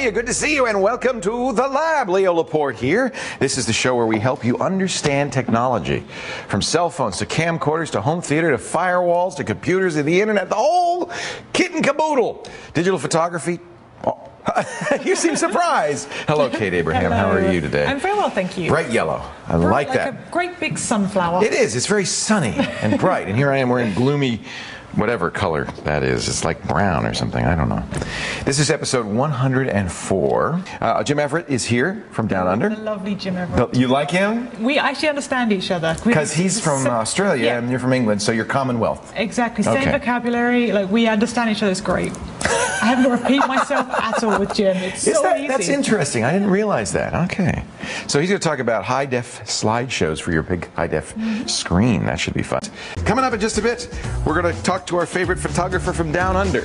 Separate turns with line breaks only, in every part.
you? Good to see you, and welcome to the lab. Leo Laporte here. This is the show where we help you understand technology, from cell phones to camcorders to home theater to firewalls to computers to the internet, the whole kit and caboodle. Digital photography. Oh, you seem surprised. Hello, Kate Abraham. How are
Hello.
you today?
I'm very well, thank you.
Bright yellow. I
Bright
like that.
a great big sunflower.
It is. It's very sunny and bright. and here I am wearing gloomy, whatever color that is. It's like brown or something. I don't know. This is episode 104. Uh, Jim Everett is here from Down
The
Under.
lovely Jim Everett.
You like him?
We actually understand each other. We-
Because he's from
so-
Australia
Yeah,
and you're from England, so you're Commonwealth.
exactly. Same
Okay.
vocabulary. Like, we understand each other. It's great. I haven't got to repeat myself at all with Jim. It's
Is
so
that-
easy.
that's interesting. I didn't realize that. Okay. So he's going to talk about high def slideshows for your big high def
Mm-hmm.
screen. That should be fun. Coming up in just a bit, we're going to talk to our favorite photographer from down under.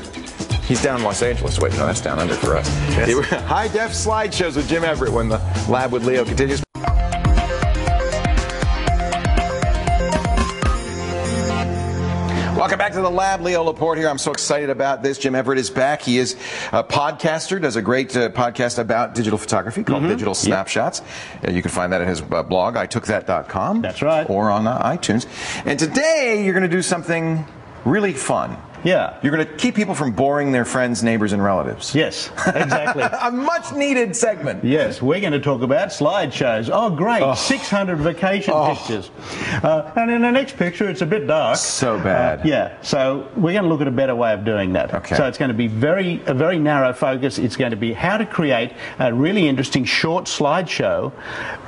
He's down in Los Angeles. Wait, no, that's down under for us. high def slideshows with Jim Everett when the lab with Leo continues. Welcome back to the lab. Leo Laporte here. I'm so excited about this. Jim Everett is back. He is a podcaster, does a great uh, podcast about digital photography called
Mm-hmm.
Digital Snapshots. Uh, you can find that at his uh, blog, itookthat.com.
That's right.
Or on uh, iTunes. And today you're going to do something really fun.
Yeah.
You're going to keep people from boring their friends, neighbors, and relatives.
Yes, exactly.
A much needed segment.
yes, we're going to talk about slideshows. Oh, great. 600 vacation
Oh.
pictures. Uh, and in the next picture, it's a bit dark.
So bad.
Uh, yeah, so we're going to look at a better way of doing that.
Okay.
So it's going to be very a very narrow focus. It's going to be how to create a really interesting short slideshow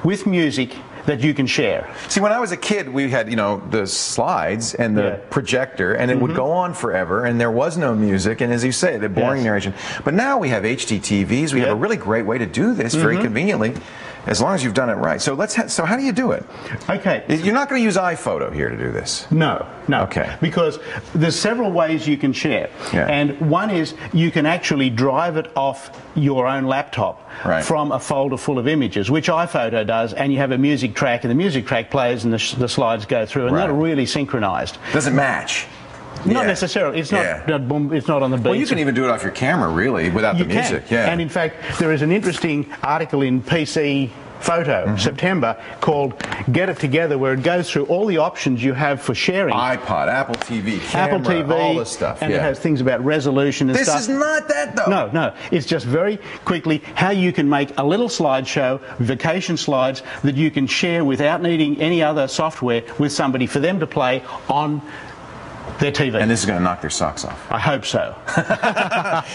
with music that you can share.
See, when I was a kid, we had, you know, the slides and the
Yeah. Mm-hmm.
projector, and it would go on forever, and there was no music, and as you say, the boring
Yes.
narration. But now we have HDTVs. We have a
Yeah.
really great way to do this
Mm-hmm.
very conveniently, as long as you've done it right. So let's. Ha- so how do you do it?
Okay.
You're not going to use iPhoto here to do this.
No, no.
Okay.
Because there's several ways you can share.
Yeah.
And one is you can actually drive it off your own laptop
Right.
from a folder full of images, which iPhoto does, and you have a music track, and the music track plays, and the, sh- the slides go through, and
Right.
they're really synchronized.
Doesn't match.
Not
Yeah.
necessarily. It's not.
Yeah.
that boom, it's not on the beat.
Well, you can even do it off your camera, really, without
You
the
can.
music. Yeah.
And in fact, there is an interesting article in PC Photo
Mm-hmm.
September called "Get It Together," where it goes through all the options you have for sharing.
iPod, Apple TV,
Apple
camera,
TV,
all this stuff.
and
yeah.
it has things about resolution and
this
stuff.
is not that though.
no, no. It's just very quickly how you can make a little slideshow, vacation slides that you can share without needing any other software with somebody for them to play on their TV.
And this is going to knock their socks off.
I hope so.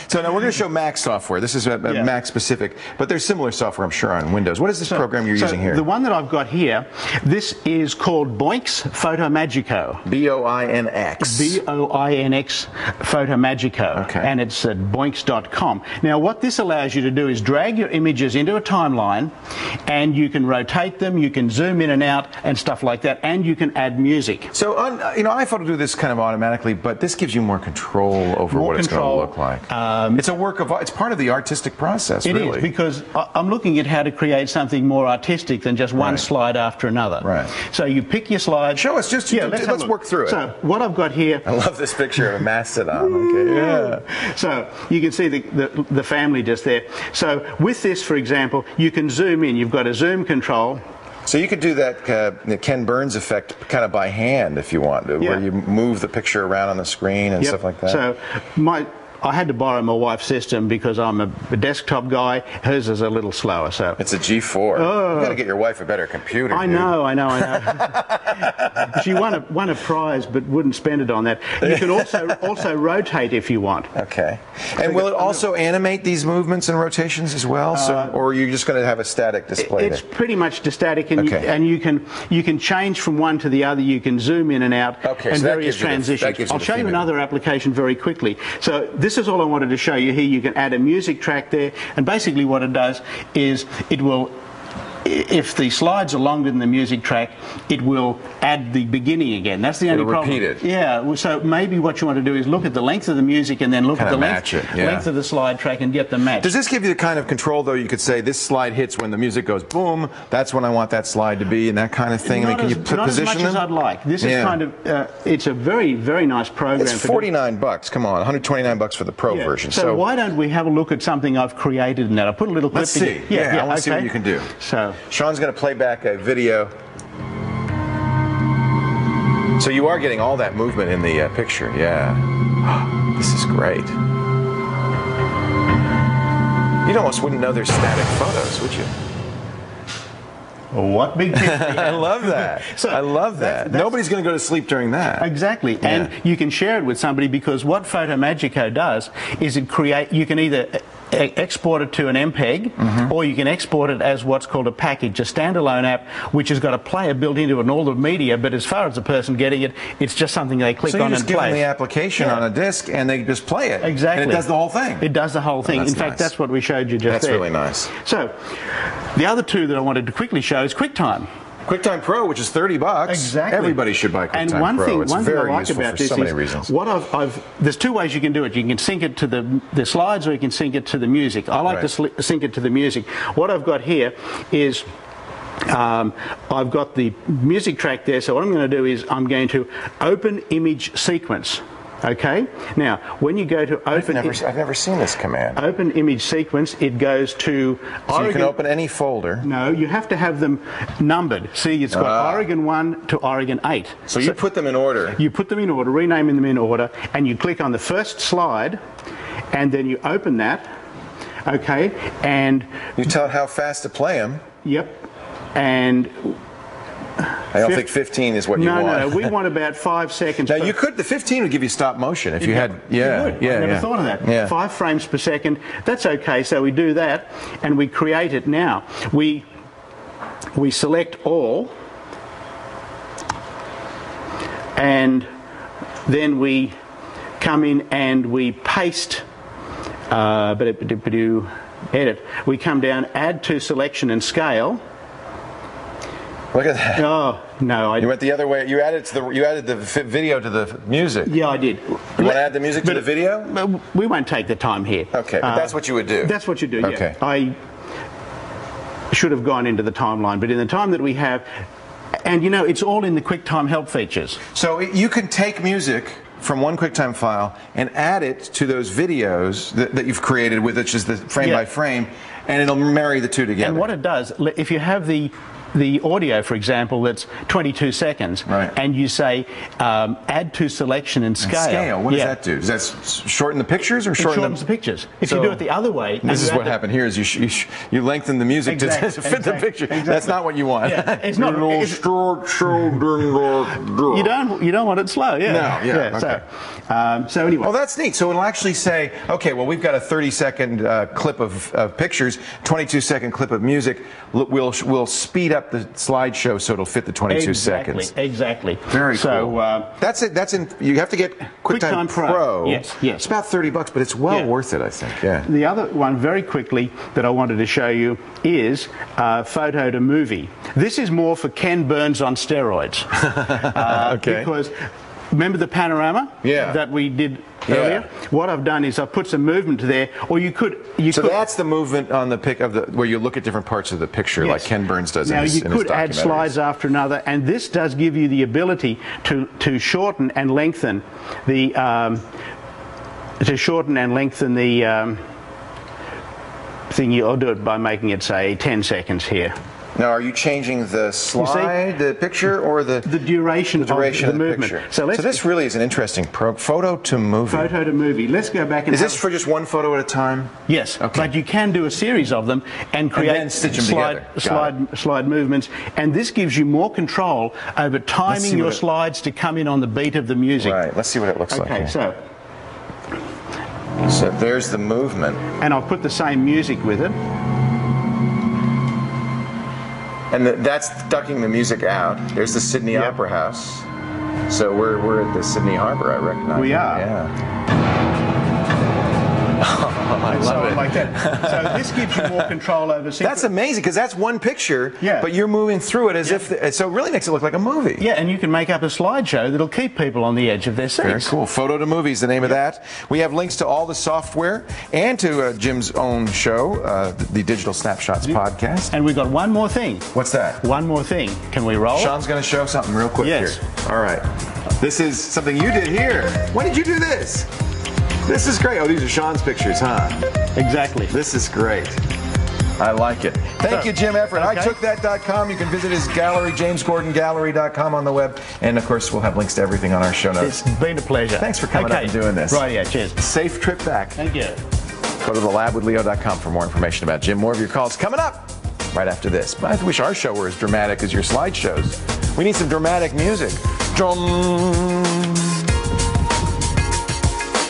So now we're going to show Mac software. This is a, a
Yeah.
Mac specific, but there's similar software, I'm sure, on Windows. What is this program you're
So
using here?
The one that I've got here, this is called Boinks Photo Magico.
B O I N X.
B O I N X Photo Magico.
Okay.
And it's at boinks.com. Now, what this allows you to do is drag your images into a timeline and you can rotate them, you can zoom in and out and stuff like that, and you can add music.
So on, you know, iPhone will do this kind of automatically, but this gives you more control over
More
what
control, Um,
it's going to look like. it's a work of art. It's part of the artistic process,
It is
really.
because I- I'm looking at how to create something more artistic than just one
Right.
slide after another.
Right.
So you pick your slide.
Show us, just-
yeah.
d-
Let's,
d-
have a
let's
look.
work through it. Uh-huh.
So what I've got here.
I love this picture of a mastodon. Okay. Yeah.
So you can see the, the, the family just there. So with this, for example, you can zoom in. You've got a zoom control.
So you could do that uh, the Ken Burns effect kind of by hand if you want to, where
Yeah.
you move the picture around on the screen and
Yep.
stuff like that.
So my I had to borrow my wife's system because I'm a, a desktop guy. Hers is a little slower. So
it's a G4. Oh. You got to get your wife a better computer.
I
dude.
know, I know, I know. she won a, won a prize, but wouldn't spend it on that. You can also also rotate if you want.
Okay. And will it also animate these movements and rotations as well? So, or are you just going to have a static display?
Uh, It's
there?
pretty much to static, and,
Okay.
you, and you can you can change from one to the other. You can zoom in and out,
Okay,
and
so that gives
various
you the- that
transitions.
gives you
I'll
the
show you
female.
another application very quickly. So this is all I wanted to show you here. You can add a music track there, and basically what it does is it will if the slides are longer than the music track, it will add the beginning again. That's the only
It'll
problem.
repeat it.
Yeah. well, So maybe what you want to do is look at the length of the music and then look
Kinda
at the length,
match it, yeah.
length of the slide track and get the match.
Does this give you the kind of control, though? You could say this slide hits when the music goes boom. That's when I want that slide to be, and that kind of thing. I mean,
not
can
as,
you put
not as
position
much as
them?
I'd like. This
Yeah.
is kind of uh, it's a very very nice program.
It's
for doing-
49 bucks. Come on, 129 bucks for the pro
Yeah.
version.
So, why don't we have a look at something I've created in that? I put a little clip.
Let's see.
together.
Yeah, I want to see what
okay.
you can do.
So
Sean's going to play back a video. So you are getting all that movement in the uh, picture. Yeah. this is great. You almost wouldn't know they're static photos, would you?
what big
I love that.
So,
I love
that's-
that.
that's-
Nobody's going to go to sleep during that.
Exactly,
Yeah.
and you can share it with somebody because what Photo Magico does is it create. You can either e- export it to an MPEG,
Mm-hmm.
or you can export it as what's called a package, a standalone app, which has got a player built into it and all the media. But as far as the person getting it, it's just something they click
so you
on
just
and
give
play.
them the application
Yeah.
on a disc, and they just play it.
Exactly.
And it does the whole thing.
It does the whole thing.
that's
In fact,
nice.
that's what we showed you just
That's
there.
really nice.
So, the other two that I wanted to quickly show is QuickTime.
QuickTime Pro, which is 30 bucks. Everybody should buy
And
QuickTime
one
Pro.
thing,
it's
one
very
thing I like
useful
about
for
this
so many
is
reasons.
what I've, I've there's two ways you can do it. You can sync it to the the slides, or you can sync it to the music. I like
Right.
to sli- sync it to the music. What I've got here is. Um, I've got the music track there, so what I'm going to do is I'm going to open image sequence. Okay. Now, when you go to open,
Never,
i-
I've never seen this command.
open image sequence, it goes
so
to
you
Oregon.
can open any folder.
no, you have to have them numbered. See, it's got
Ah.
Oregon 1 to Oregon 8.
So you put them in order.
You put them in order, renaming them in order, and you click on the first slide, and then you open that. Okay, and
You tell it how fast to play them.
yep, and
I don't think 15 is what you
no,
want.
no, we want about five seconds.
now
per-
you could. The 15 would give you stop motion if you had.
You
Yeah,
would.
yeah,
I never
yeah.
thought of that.
Yeah.
Five frames per second. That's okay. So we do that, and we create it now. We we select all, and then we come in and we paste. Uh, but edit. We come down, add to selection and scale.
Look at that.
Oh no, I
You went the other way. You added to the. You added the fi- video to the music.
yeah I did.
You want to add the music to
But-
the video?
But we won't take the time here. Uh,
Okay, but that's what you would do.
That's what you do. yeah.
Okay.
I should have gone into the timeline, but in the time that we have, and you know, it's all in the QuickTime help features.
So it- you can take music from one QuickTime file and add it to those videos that, that you've created with, which is the frame
Yeah.
by frame, and it'll marry the two together.
And what it does, le- if you have the the audio, for example, that's 22 seconds,
Right.
and you say um, add to selection and scale.
scale? What
Yeah.
does that do? Does that s- shorten the pictures or
It
shorten
shortens the pictures. If you
So-
do it the other way, and
This
you
is
add
what
the-
happened here: is you sh- you, sh- you lengthen the music to-
Exact-
to, fit the
exact-
picture. That's
exactly.
not what you want.
Yeah, it's not-
Little
it's-
short, short, ding, dong, dong.
You don't you don't want it slow, yeah.
No, yeah, okay.
So, um, so anyway.
Oh, that's neat. So it'll actually say, okay, well, we've got a 30 second uh, clip of, of pictures, 22 second clip of music. L- We'll, we'll speed up the slideshow so it'll fit the 22
exactly,
seconds.
Exactly.
Very
so,
cool.
uh,
that's it. That's in. You have to get QuickTime
QuickTime Pro. Yes, yes.
It's about 30 bucks, but it's well
Yeah.
worth it, I think. Yeah.
the other one, very quickly, that I wanted to show you is uh, photo to movie. This is more for Ken Burns on steroids. Uh,
Okay.
Because remember the panorama
Yeah.
that we did
Yeah.
earlier. What I've done is I've put some movement there, or you could you
So
could
that's the movement on the pic of the where you look at different parts of the picture, like
Yes.
Ken Burns does.
Now
in his,
you
in his
could add
documentaries.
slides after another, and this does give you the ability to to shorten and lengthen the um, to shorten and lengthen the um, thing. You, I'll do it by making it say 10 seconds here.
Now, are you changing the slide, the picture, or the
The duration,
the duration
of
of
the,
the,
movement.
picture?
So let's
this really is an interesting pro- photo to movie.
photo to movie. Let's go back and
Is this
have-
for just one photo at a time?
Yes, but you can do a series of them and create
then stitch 'em
slide,
together. Got
slide, slide movements, and this gives you more control over
see
timing your
what it-
slides to come in on the beat of the music.
Right. Let's see what it looks like.
Okay,
here.
so
So there's the movement,
and I'll put the same music with it.
and the, that's ducking the music out. There's the Sydney Opera House. So we're we're at the Sydney Harbour. I recognize.
We
it.
are.
Yeah. I
and so
love
on
it.
like that. So this gives you more control over secret.
That's amazing because that's one picture,
Yeah.
but you're moving through it as if, so it really makes it look like a movie.
yeah, and you can make up a slideshow that'll keep people on the edge of their seats.
Very cool. Photo to Movies, the name of that. We have links to all the software and to uh, Jim's own show, uh, the Digital Snapshots podcast.
And we've got one more thing.
What's that?
One more thing. Can we roll?
Sean's going to show something real quick
Yes.
here. All right. This is something you did here. When did you do this? This is great. Oh, these are Sean's pictures, huh?
Exactly.
This is great. I like it. Thank
So-
you, Jim Efron.
Okay.
I took that.com. You can visit his gallery, jamesgordongallery.com on the web. And of course, we'll have links to everything on our show notes.
It's been a pleasure.
Thanks for coming up
okay.
and doing this.
Right, yeah, cheers.
Safe trip back.
Thank you.
Go to thelabwithleo.com for more information about Jim. More of your calls coming up right after this. But I wish our show were as dramatic as your slideshows. We need some dramatic music. Drum.